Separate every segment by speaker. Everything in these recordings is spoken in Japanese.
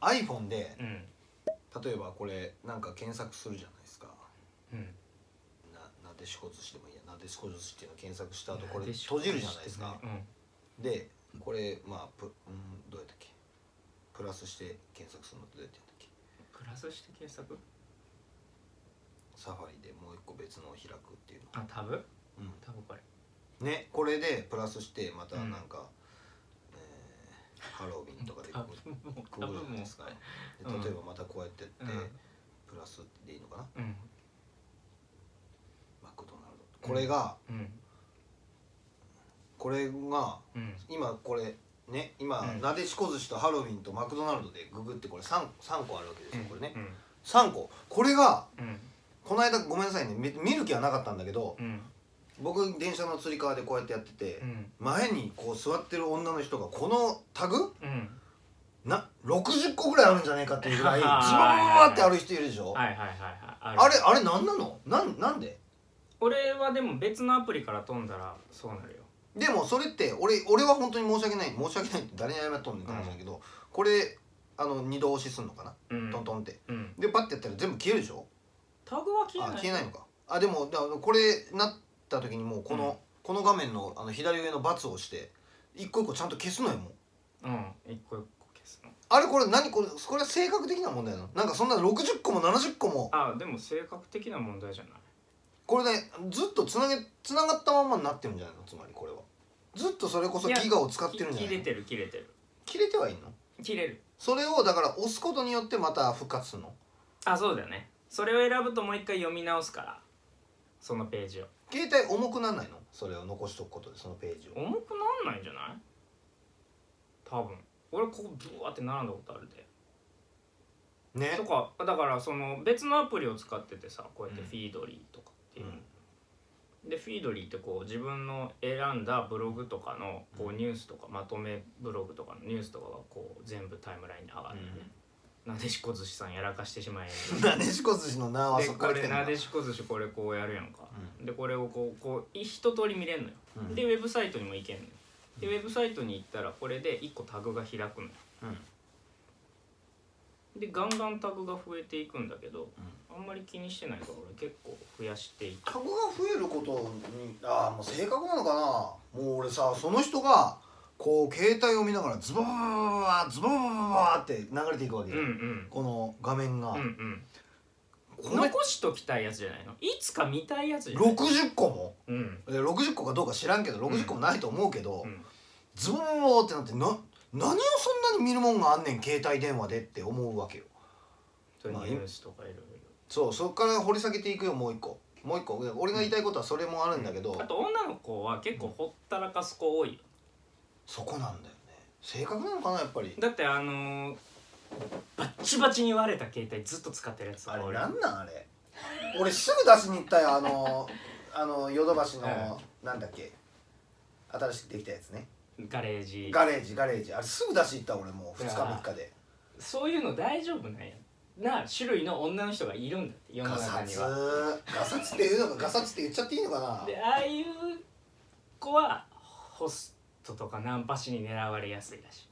Speaker 1: iPhone で
Speaker 2: うん
Speaker 1: 例えばこれなんか検索するじゃないですか
Speaker 2: うん
Speaker 1: ななでしこ寿司でもいいやなでしこ寿司っていうのを検索した後これ
Speaker 2: なでしこ
Speaker 1: 閉じるじゃないですか
Speaker 2: うん
Speaker 1: でこれまあプ、うん、どうやったっけプラスして検索するのってどうやってやったっけ
Speaker 2: プラスして検索
Speaker 1: サファリでもう一個別のを開くっていうの、
Speaker 2: あタブ
Speaker 1: うん、
Speaker 2: タブこれ
Speaker 1: ねこれでプラスしてまたなんか、えーハロウィンとかで
Speaker 2: タ
Speaker 1: く
Speaker 2: ブも
Speaker 1: く
Speaker 2: タ
Speaker 1: ぐる
Speaker 2: ブ
Speaker 1: じゃない
Speaker 2: も
Speaker 1: ですか
Speaker 2: 多分もう
Speaker 1: で例えばまたこうやってやって、
Speaker 2: う
Speaker 1: プラスでいいのかなん
Speaker 2: うん
Speaker 1: マクドナルドこれが、
Speaker 2: うん
Speaker 1: これが
Speaker 2: うん
Speaker 1: 今これね今、
Speaker 2: うん
Speaker 1: なでしこ寿司とハロウィンとマクドナルドでググってこれ 3, 三個あるわけですよこれね、
Speaker 2: うん
Speaker 1: 3個これが
Speaker 2: うん
Speaker 1: この間ごめんなさいねみ見る気はなかったんだけど
Speaker 2: うん
Speaker 1: 僕電車のつり革でこうやってやってて、
Speaker 2: うん
Speaker 1: 前にこう座ってる女の人がこのタグ
Speaker 2: うん
Speaker 1: な60個ぐらいあるんじゃないかっていうぐらいズ
Speaker 2: はい
Speaker 1: バーってある人いるでしょ、
Speaker 2: はいはいはいはいある
Speaker 1: あれあれなんなのなんなんで
Speaker 2: 俺はでも別のアプリから飛んだらそうなるよ
Speaker 1: でもそれって俺俺は本当に申し訳ない申し訳ないって誰に謝っとんねんって話だけど、これあの二度押しすんのかな、
Speaker 2: うん
Speaker 1: トントンって
Speaker 2: うん
Speaker 1: でパッてやったら全部消えるでしょ
Speaker 2: タグは消え
Speaker 1: あ
Speaker 2: ない
Speaker 1: 消えないのかあでもだからこれなった時にもうこの、
Speaker 2: うん
Speaker 1: この画面のあの左上のバツを押して一個一個ちゃんと消すのよもう
Speaker 2: うん一個一個消すの
Speaker 1: あれこれ何これこれは性格的な問題なのなんかそんな60個も70個も
Speaker 2: あでも性格的な問題じゃない
Speaker 1: これねずっとつなげつながったまんまになってるんじゃないのつまりこれはずっとそれこそ
Speaker 2: いや
Speaker 1: ギガを使ってるんじゃな
Speaker 2: 切
Speaker 1: い
Speaker 2: れ
Speaker 1: の
Speaker 2: てる切れてる
Speaker 1: 切れてはいいの
Speaker 2: 切れる
Speaker 1: それをだから押すことによってまた復活するの
Speaker 2: あそうだよねそれを選ぶともう一回読み直すからそのページを
Speaker 1: 携帯重くなんないのそれを残しとくことでそのページを
Speaker 2: 重くなんないんじゃない多分俺ここブワーって並んだことあるで
Speaker 1: ね
Speaker 2: とかだからその別のアプリを使っててさこうやって
Speaker 1: うん
Speaker 2: フィードリーとかって
Speaker 1: う
Speaker 2: いう、
Speaker 1: ん
Speaker 2: でフィードリーってこう自分の選んだブログとかのこうニュースとかまとめブログとかのニュースとかがこう全部タイムラインに上がるのね、なでしこ寿司さんやらかしてし まえ
Speaker 1: なでしこ寿司の名は
Speaker 2: で
Speaker 1: そこ
Speaker 2: こ
Speaker 1: から来て
Speaker 2: れ
Speaker 1: んだ
Speaker 2: なでしこ寿司これこうやるやんか、
Speaker 1: う
Speaker 2: でこれをこうこうい一通り見れんのよ、
Speaker 1: うん
Speaker 2: でウェブサイトにも行けんのよでウェブサイトに行ったらこれで1個タグが開くのよ
Speaker 1: うんうん
Speaker 2: でガンガンタグが増えていくんだけどあんまり気にしてないから俺結構増やしていく
Speaker 1: タグが増えることにああもう性格なのかなもう俺さその人がこう携帯を見ながらズボーズボーって流れていくわけ
Speaker 2: う
Speaker 1: よ、
Speaker 2: んうん
Speaker 1: この画面が、
Speaker 2: うんうん
Speaker 1: この
Speaker 2: 残しときたいやつじゃないのいつか見たいやつじゃない
Speaker 1: 60個も
Speaker 2: うん
Speaker 1: え60個かどうか知らんけど60個もないと思うけど、
Speaker 2: うん
Speaker 1: ズボーってなってな何をそんなに見るもんがあんねん携帯電話でって思うわけよ
Speaker 2: それ
Speaker 1: まあ
Speaker 2: ニュースとかいろい
Speaker 1: そうそっから掘り下げていくよもう一個もう一個俺が言いたいことはそれもあるんだけど、
Speaker 2: ろあと女の子は結構ほったらかす子多いよ
Speaker 1: そこなんだよね性格なのかなやっぱり
Speaker 2: だってあのーバッチバチに割れた携帯ずっと使ってるやつと
Speaker 1: あ
Speaker 2: か
Speaker 1: れ
Speaker 2: 俺
Speaker 1: なんなんあれ俺すぐ出しに行ったよあ のあのヨドバシの、
Speaker 2: は
Speaker 1: なんだっけ新しくできたやつね
Speaker 2: ガレージ
Speaker 1: ガレージガレージあれすぐ出しに行った俺もう2日3日で
Speaker 2: そういうの大丈夫なんやな種類の女の人がいるんだって世の
Speaker 1: ガ
Speaker 2: 中
Speaker 1: サ
Speaker 2: に
Speaker 1: ツ
Speaker 2: は
Speaker 1: ガサツっていうのかガサツって言っちゃっていいのかな
Speaker 2: でああいう子はホストとかナンパ師に狙われやすい らしい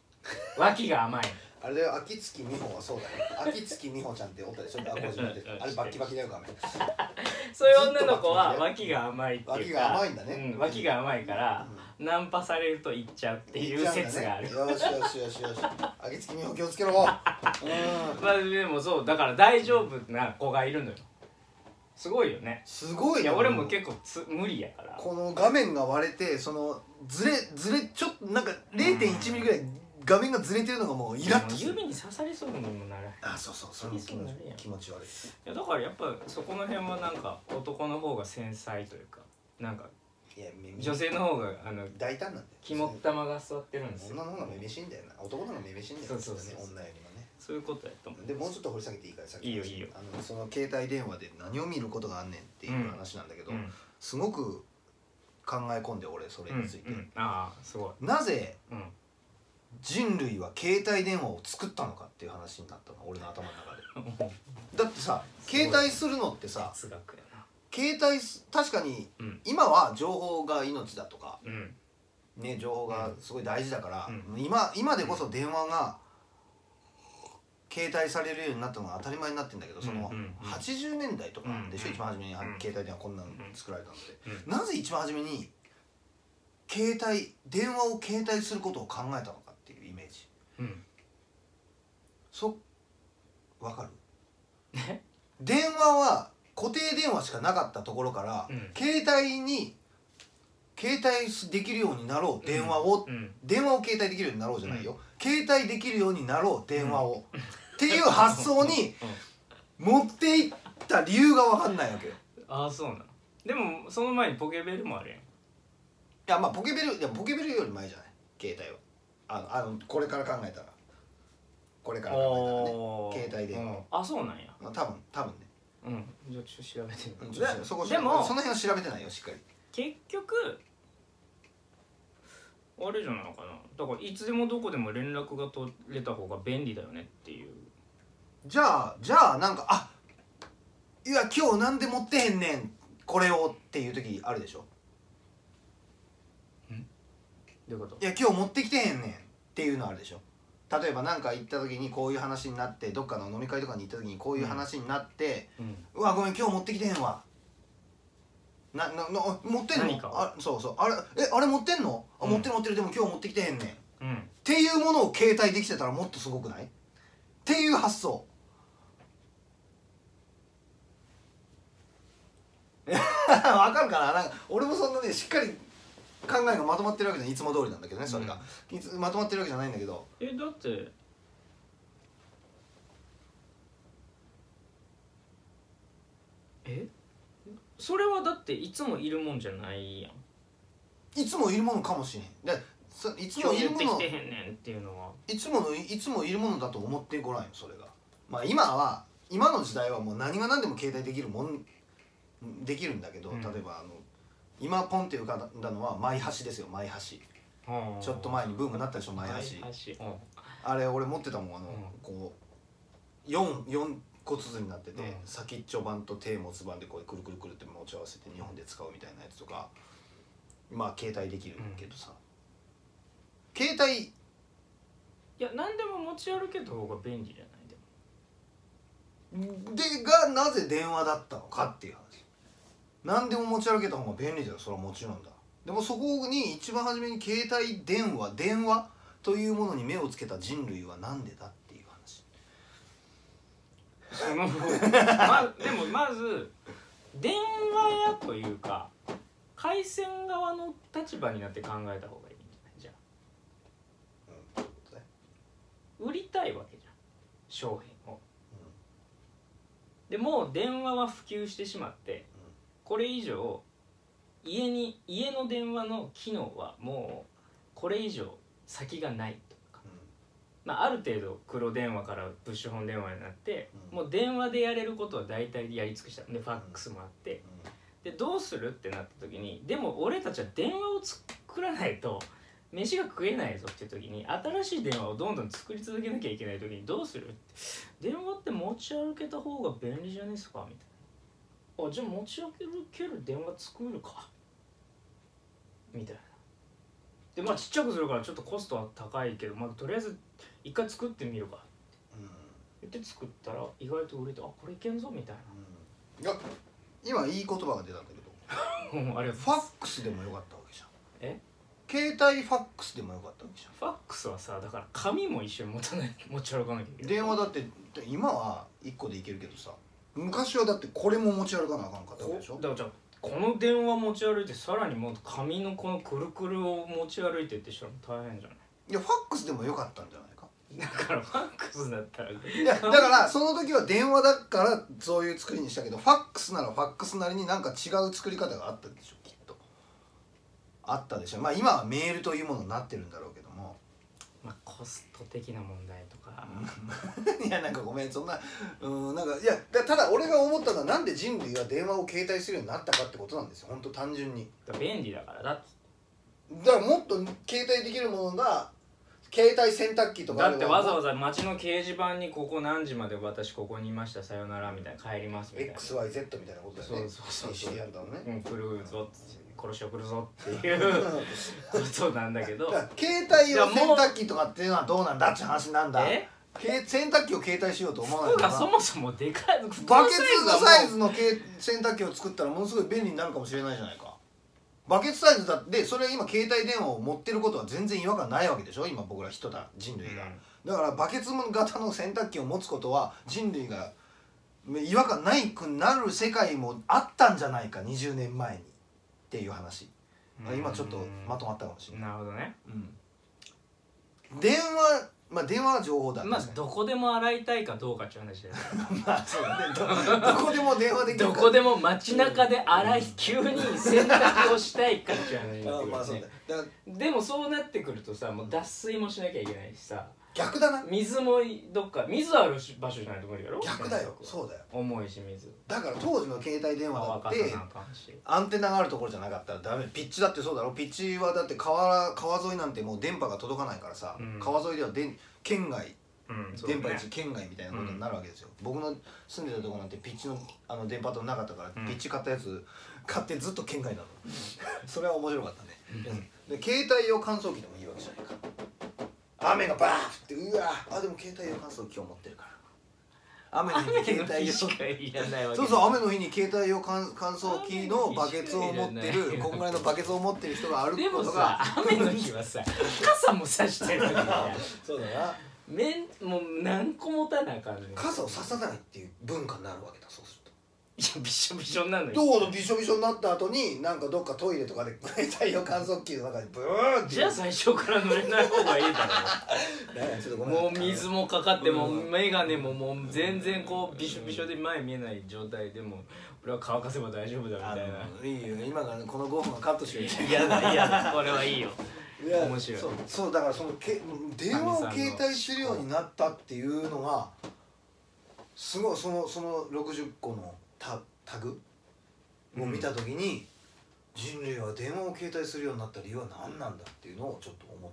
Speaker 2: 脇が甘い
Speaker 1: あれだよ秋月美穂はそうだね秋月美穂ちゃんっておったでしょあこじって
Speaker 2: うん
Speaker 1: あれバッキバキだよ画面
Speaker 2: そういう女の子は脇が甘いっていう
Speaker 1: 脇
Speaker 2: か
Speaker 1: が甘いんだね
Speaker 2: うん、脇が甘いから、ナンパされると行っちゃうっていう説がある、
Speaker 1: 言っちゃうんだねよしよしよしよし秋月美穂気をつけ ろうん
Speaker 2: まあでもそうだから大丈夫な子がいるのよすごいよね
Speaker 1: すごい
Speaker 2: い
Speaker 1: ね
Speaker 2: や俺も結構つ無理やから
Speaker 1: この画面が割れてそのずれずれちょっとなんか0.1ミリぐらい画面がずれてるのがもうイラッとす
Speaker 2: でも
Speaker 1: る
Speaker 2: 指に刺されそうにもならへん
Speaker 1: あそうそうそれも気持ち
Speaker 2: 指に
Speaker 1: 気持ち悪い
Speaker 2: いやだからやっぱそこの辺はなんか男の方が繊細というかなんか
Speaker 1: いやめ
Speaker 2: 女性の方があの
Speaker 1: 大胆なんだよ
Speaker 2: 肝っ玉が座ってるんですよ
Speaker 1: 女の方がめめしいんだよな男の方がめめしいんだよ
Speaker 2: そうそうそう
Speaker 1: ね女よりもね
Speaker 2: そういうことやと思う
Speaker 1: でもうちょっと掘り下げていいからさっき
Speaker 2: いいよいいよ
Speaker 1: あのその携帯電話で何を見ることがあんねんっていう話なんだけど、
Speaker 2: うん
Speaker 1: すごく考え込んで俺それ
Speaker 2: うん
Speaker 1: について、
Speaker 2: うんああすごい
Speaker 1: なぜ
Speaker 2: うん
Speaker 1: 人類は携帯電話を作ったのかっていう話になったの俺の頭の中でだってさ
Speaker 2: すごい
Speaker 1: 携帯するのってさ
Speaker 2: 哲学やな
Speaker 1: 携帯す確かに
Speaker 2: うん
Speaker 1: 今は情報が命だとか
Speaker 2: うん
Speaker 1: ね情報がすごい大事だから、
Speaker 2: うん
Speaker 1: 今今でこそ電話が携帯されるようになったのが当たり前になってんだけどその
Speaker 2: うんうんうん
Speaker 1: 80年代とかでしょ、
Speaker 2: うん
Speaker 1: 一番初めに
Speaker 2: うん
Speaker 1: 携帯電話こんなの作られたので、
Speaker 2: う
Speaker 1: なぜ一番初めに携帯電話を携帯することを考えたのかっていうイメージ
Speaker 2: うん
Speaker 1: そわかる
Speaker 2: え
Speaker 1: 電話は固定電話しかなかったところから、
Speaker 2: うん
Speaker 1: 携帯に携帯できるようになろう電話を、
Speaker 2: うん
Speaker 1: 電話を携帯できるようになろうじゃないよ、携帯できるようになろう電話を、っていう発想に持っていった理由が分かんないわけよ
Speaker 2: ああそうなのでもその前にポケベルもあるやん
Speaker 1: いやまあポケベルいやポケベルより前じゃない携帯はあのあのこれから考えたらこれから考
Speaker 2: おー
Speaker 1: 携帯電話
Speaker 2: うんあそうなんや
Speaker 1: えたらね、まあ、多分多分ね
Speaker 2: うんじゃあちょっと調べて
Speaker 1: うん
Speaker 2: み
Speaker 1: ちょっと
Speaker 2: る
Speaker 1: そこ
Speaker 2: でも
Speaker 1: その辺は調べてないよしっかり
Speaker 2: 結局あれじゃないのかなだからいつでもどこでも連絡が取れた方が便利だよねっていう
Speaker 1: じゃあじゃあなんかあいや今日なんで持ってへんねんこれをっていう時あるでしょ
Speaker 2: どういうこと
Speaker 1: いや今日持ってきてへんねんっていうのあるでしょ例えばなんか行った時にこういう話になってどっかの飲み会とかに行った時にこういう話になって、
Speaker 2: うん
Speaker 1: うわごめん今日持ってきてへんわなななあ持ってん
Speaker 2: 何
Speaker 1: の
Speaker 2: かを
Speaker 1: あそうそうあれえあれ持ってんのあ
Speaker 2: うん
Speaker 1: 持ってる持ってるでも今日持ってきてへんねんっ
Speaker 2: うん
Speaker 1: ていうものを携帯できてたらもっとすごくないっていう発想 わかるかななんか俺もそんなねしっかり考えがまとまってるわけじゃないいつも通りなんだけどねそれが、いつまとまってるわけじゃないんだけど
Speaker 2: えだってえそれはだっていつもいるもんじゃないやん
Speaker 1: いつもいるものかもしれんでそいつ
Speaker 2: 今
Speaker 1: もい
Speaker 2: 日
Speaker 1: る
Speaker 2: 持
Speaker 1: も
Speaker 2: ってき
Speaker 1: の
Speaker 2: てへんねんっていうのはい
Speaker 1: つものいいつもいるものだと思ってこないのそれがまあ今は今の時代はもう何が何でも携帯できるもんできるんだけど、
Speaker 2: うん
Speaker 1: 例えばあの今ポンって浮かんだのは「マイハシ」ですよ「マイハシ」ちょっと前にブームになったでしょ「マイハシ」
Speaker 2: 前橋
Speaker 1: あれ俺持ってたもんあの、
Speaker 2: うん
Speaker 1: こう 4, 4個つになってて、
Speaker 2: うん
Speaker 1: 先っちょ版と手持つ版でこうくるくるくるって持ち合わせて日本で使うみたいなやつとかまあ携帯できるけどさ、携帯
Speaker 2: いや何でも持ち歩けた方が便利じゃないでも
Speaker 1: でがなぜ電話だったのかっていう話何でも持ち歩けた方が便利だよそれはもちろんだでもそこに一番初めに携帯電話電話というものに目をつけた人類は何でだっていう話
Speaker 2: その までもまず電話屋というか回線側の立場になって考えた方がいいんじゃないじゃあ売りたいわけじゃん商品を、でもう電話は普及してしまって、
Speaker 1: うん
Speaker 2: これ以上家に家の電話の機能はもうこれ以上先がないとか、まあ、ある程度黒電話からブッシュホン電話になって、
Speaker 1: うん
Speaker 2: もう電話でやれることは大体やり尽くしたでファックスもあって、でどうするってなった時にでも俺たちは電話を作らないと飯が食えないぞっていう時に新しい電話をどんどん作り続けなきゃいけない時にどうするって電話って持ち歩けた方が便利じゃないですかみたいなあじゃあ持ち歩ける電話作るかみたいなでまあちっちゃくするからちょっとコストは高いけどまあとりあえず一回作ってみるか言って作ったら意外と売れてあこれいけんぞみたい
Speaker 1: いや今いい言葉が出たんだけど
Speaker 2: な うんあれ
Speaker 1: ファックスでもよかったわけじゃん
Speaker 2: え
Speaker 1: 携帯ファックスでもよかったわけじゃん
Speaker 2: ファックスはさだから紙も一緒に持たない持ち歩かなきゃいけない
Speaker 1: 電話だって今は1個でいけるけどさ昔はだってこれも持ち歩かなあかんかったわけ
Speaker 2: こ
Speaker 1: でしょ
Speaker 2: だからじゃあこの電話持ち歩いてさらにもう紙のこのくるくるを持ち歩いてってしたら大変じゃない
Speaker 1: いやファックスでもよかったんじゃないか
Speaker 2: だからファックスだったら
Speaker 1: いやだからその時は電話だからそういう作りにしたけどファックスならファックスなりになんか違う作り方があったでしょきっとあったでしょまあ今はメールというものになってるんだろうけども
Speaker 2: まあコスト的な問題とか
Speaker 1: いやなんかごめんそんなうんなんかいやだただ俺が思ったのはなんで人類は電話を携帯するようになったかってことなんですよ本当単純に
Speaker 2: だから便利だからだって
Speaker 1: だからもっと携帯できるものが携帯洗濯機とかあれ
Speaker 2: だっ
Speaker 1: ば
Speaker 2: てわざわざ街の掲示板にここ何時まで私ここにいましたさよならみたいな帰りますみたいな
Speaker 1: XYZ みたいなことだよね
Speaker 2: そうそうそう
Speaker 1: してやるんだもんね
Speaker 2: うん来るぞ殺しを来るぞっていう ことなんだけど
Speaker 1: だから携帯用
Speaker 2: いやも
Speaker 1: 洗
Speaker 2: う
Speaker 1: 濯機とかっていうのはどうなんだって話なんだ
Speaker 2: え
Speaker 1: け洗濯機を携帯しようと思わない
Speaker 2: 服
Speaker 1: のか
Speaker 2: が
Speaker 1: な
Speaker 2: そもそもでかい
Speaker 1: バケツサイ
Speaker 2: ズ
Speaker 1: ズのけ洗濯機を作ったらものすごい便利になるかもしれないじゃないかバケツサイズだってそれは今携帯電話を持ってることは全然違和感ないわけでしょ今僕ら人だ人類が、だからバケツ型の洗濯機を持つことは人類が違和感ないくなる世界もあったんじゃないか20年前にっていう話今ちょっとまとまったかもしれない、
Speaker 2: なるほどね
Speaker 1: うん電話まあ電話は情報だ
Speaker 2: まあ
Speaker 1: 確かに
Speaker 2: どこでも洗いたいかどうかっていう話だよね
Speaker 1: まあそうだねどどこでも 電話できる
Speaker 2: ど
Speaker 1: から
Speaker 2: こでも街中で洗い急に洗濯をしたいかっていう話
Speaker 1: あ
Speaker 2: になってくるよ ね
Speaker 1: まあそうだよだから
Speaker 2: でもそうなってくるとさもう脱水もしなきゃいけないしさ
Speaker 1: 逆だな
Speaker 2: 水もどっか水ある場所じゃないと無理やろ
Speaker 1: 逆だよそうだよ
Speaker 2: 重いし水
Speaker 1: だから当時の携帯電話
Speaker 2: 乾
Speaker 1: だっ
Speaker 2: かさ
Speaker 1: て
Speaker 2: なあかんし
Speaker 1: アンテナがあるところじゃなかったらダメピッチだってそうだろピッチはだって川川沿いなんてもう電波が届かないからさ、
Speaker 2: うん
Speaker 1: 川沿いでは電県外
Speaker 2: うんそうだ
Speaker 1: 電
Speaker 2: ね
Speaker 1: 波一圏外みたいなことになるわけですよ、僕の住んでたとこなんてピッチのあの電波となかったから、
Speaker 2: うん
Speaker 1: ピッチ買ったやつ買ってずっと圏外なのそれは面白かったね、で携帯用乾燥機でもいいわけじゃないか雨がバーッってうわあでも携帯用乾燥機を持ってるから雨の日に携
Speaker 2: 雨の
Speaker 1: 帯
Speaker 2: 日
Speaker 1: 用
Speaker 2: しかいらないわけ
Speaker 1: そうそう雨の日に携帯用乾乾燥機のバケツを持って
Speaker 2: 雨の
Speaker 1: る
Speaker 2: 日しかいらない
Speaker 1: こんぐらいのバケツを持ってる人が歩
Speaker 2: で
Speaker 1: くこ
Speaker 2: も
Speaker 1: とが
Speaker 2: さ雨の日はさ傘も差してるのにさ
Speaker 1: そうだな
Speaker 2: めんもう何個持たなあかんねんいや
Speaker 1: 傘をささないっていう文化になるわけだそうすると。
Speaker 2: びしょびしょになるの
Speaker 1: ど
Speaker 2: よ
Speaker 1: うぞびしょびしょになった後になんかどっかトイレとかで太陽観測器の中にブーって
Speaker 2: じゃあ最初から濡れない方がいいだ
Speaker 1: なんかちょっとご
Speaker 2: ろ う
Speaker 1: めん
Speaker 2: もう水もかかっても
Speaker 1: うん
Speaker 2: 眼鏡ももう全然こうびしょびしょで前見えない状態でも俺は乾かせば大丈夫だみ
Speaker 1: あ
Speaker 2: たいな
Speaker 1: のいいよ今からこの5分はカットしてい
Speaker 2: 嫌だ嫌だこれはいいよ
Speaker 1: や
Speaker 2: 面白い
Speaker 1: そうそうだからそのけ電話を携帯するようになったっていうのがすごいそのその60個のタタグを見た時に、人類は電話を携帯するようになった理由は何なんだっていうのをちょっと思っ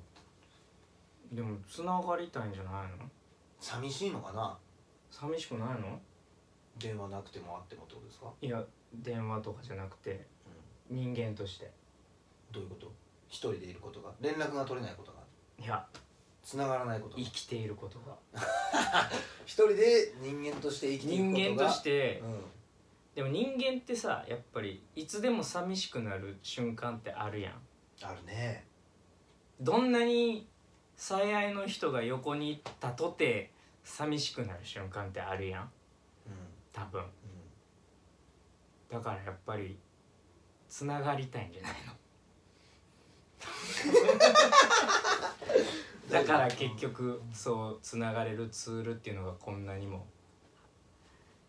Speaker 1: た
Speaker 2: でもつながりたいんじゃないの
Speaker 1: 寂しいのかな
Speaker 2: 寂しくないの
Speaker 1: 電話なくてもあってもってことですか
Speaker 2: いや電話とかじゃなくて人間として
Speaker 1: どういうこと一人でいることが連絡が取れないことが
Speaker 2: いや
Speaker 1: 繋がらないことが
Speaker 2: 生きていることが
Speaker 1: 一人で人間として生きていく
Speaker 2: 人
Speaker 1: こと
Speaker 2: 間
Speaker 1: が
Speaker 2: として、
Speaker 1: うん、
Speaker 2: でも人間ってさやっぱりいつでも寂しくなる瞬間ってあるやん
Speaker 1: あるね
Speaker 2: どんなに最愛の人が横にいたとて寂しくなる瞬間ってあるやん
Speaker 1: うん
Speaker 2: 多分
Speaker 1: うん
Speaker 2: だからやっぱりつながりたいんじ ゃないのだから結局そうつながれるツールっていうのがこんなにも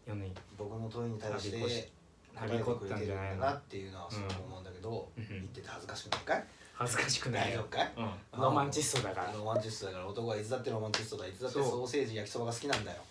Speaker 2: 世に
Speaker 1: 僕の問いに対して
Speaker 2: はびこしはびこったんじゃない
Speaker 1: ん
Speaker 2: の
Speaker 1: だなっていうのはそう思うんだけど、
Speaker 2: うん
Speaker 1: 言ってて恥ずかしくないかい
Speaker 2: 恥ずかしくない
Speaker 1: 大丈
Speaker 2: よ
Speaker 1: 夫、かい
Speaker 2: うん、ロマンチストだから
Speaker 1: ロマンチストだから男はいつだってロマンチストだいつだって
Speaker 2: そう
Speaker 1: ソーセージ焼きそばが好きなんだよ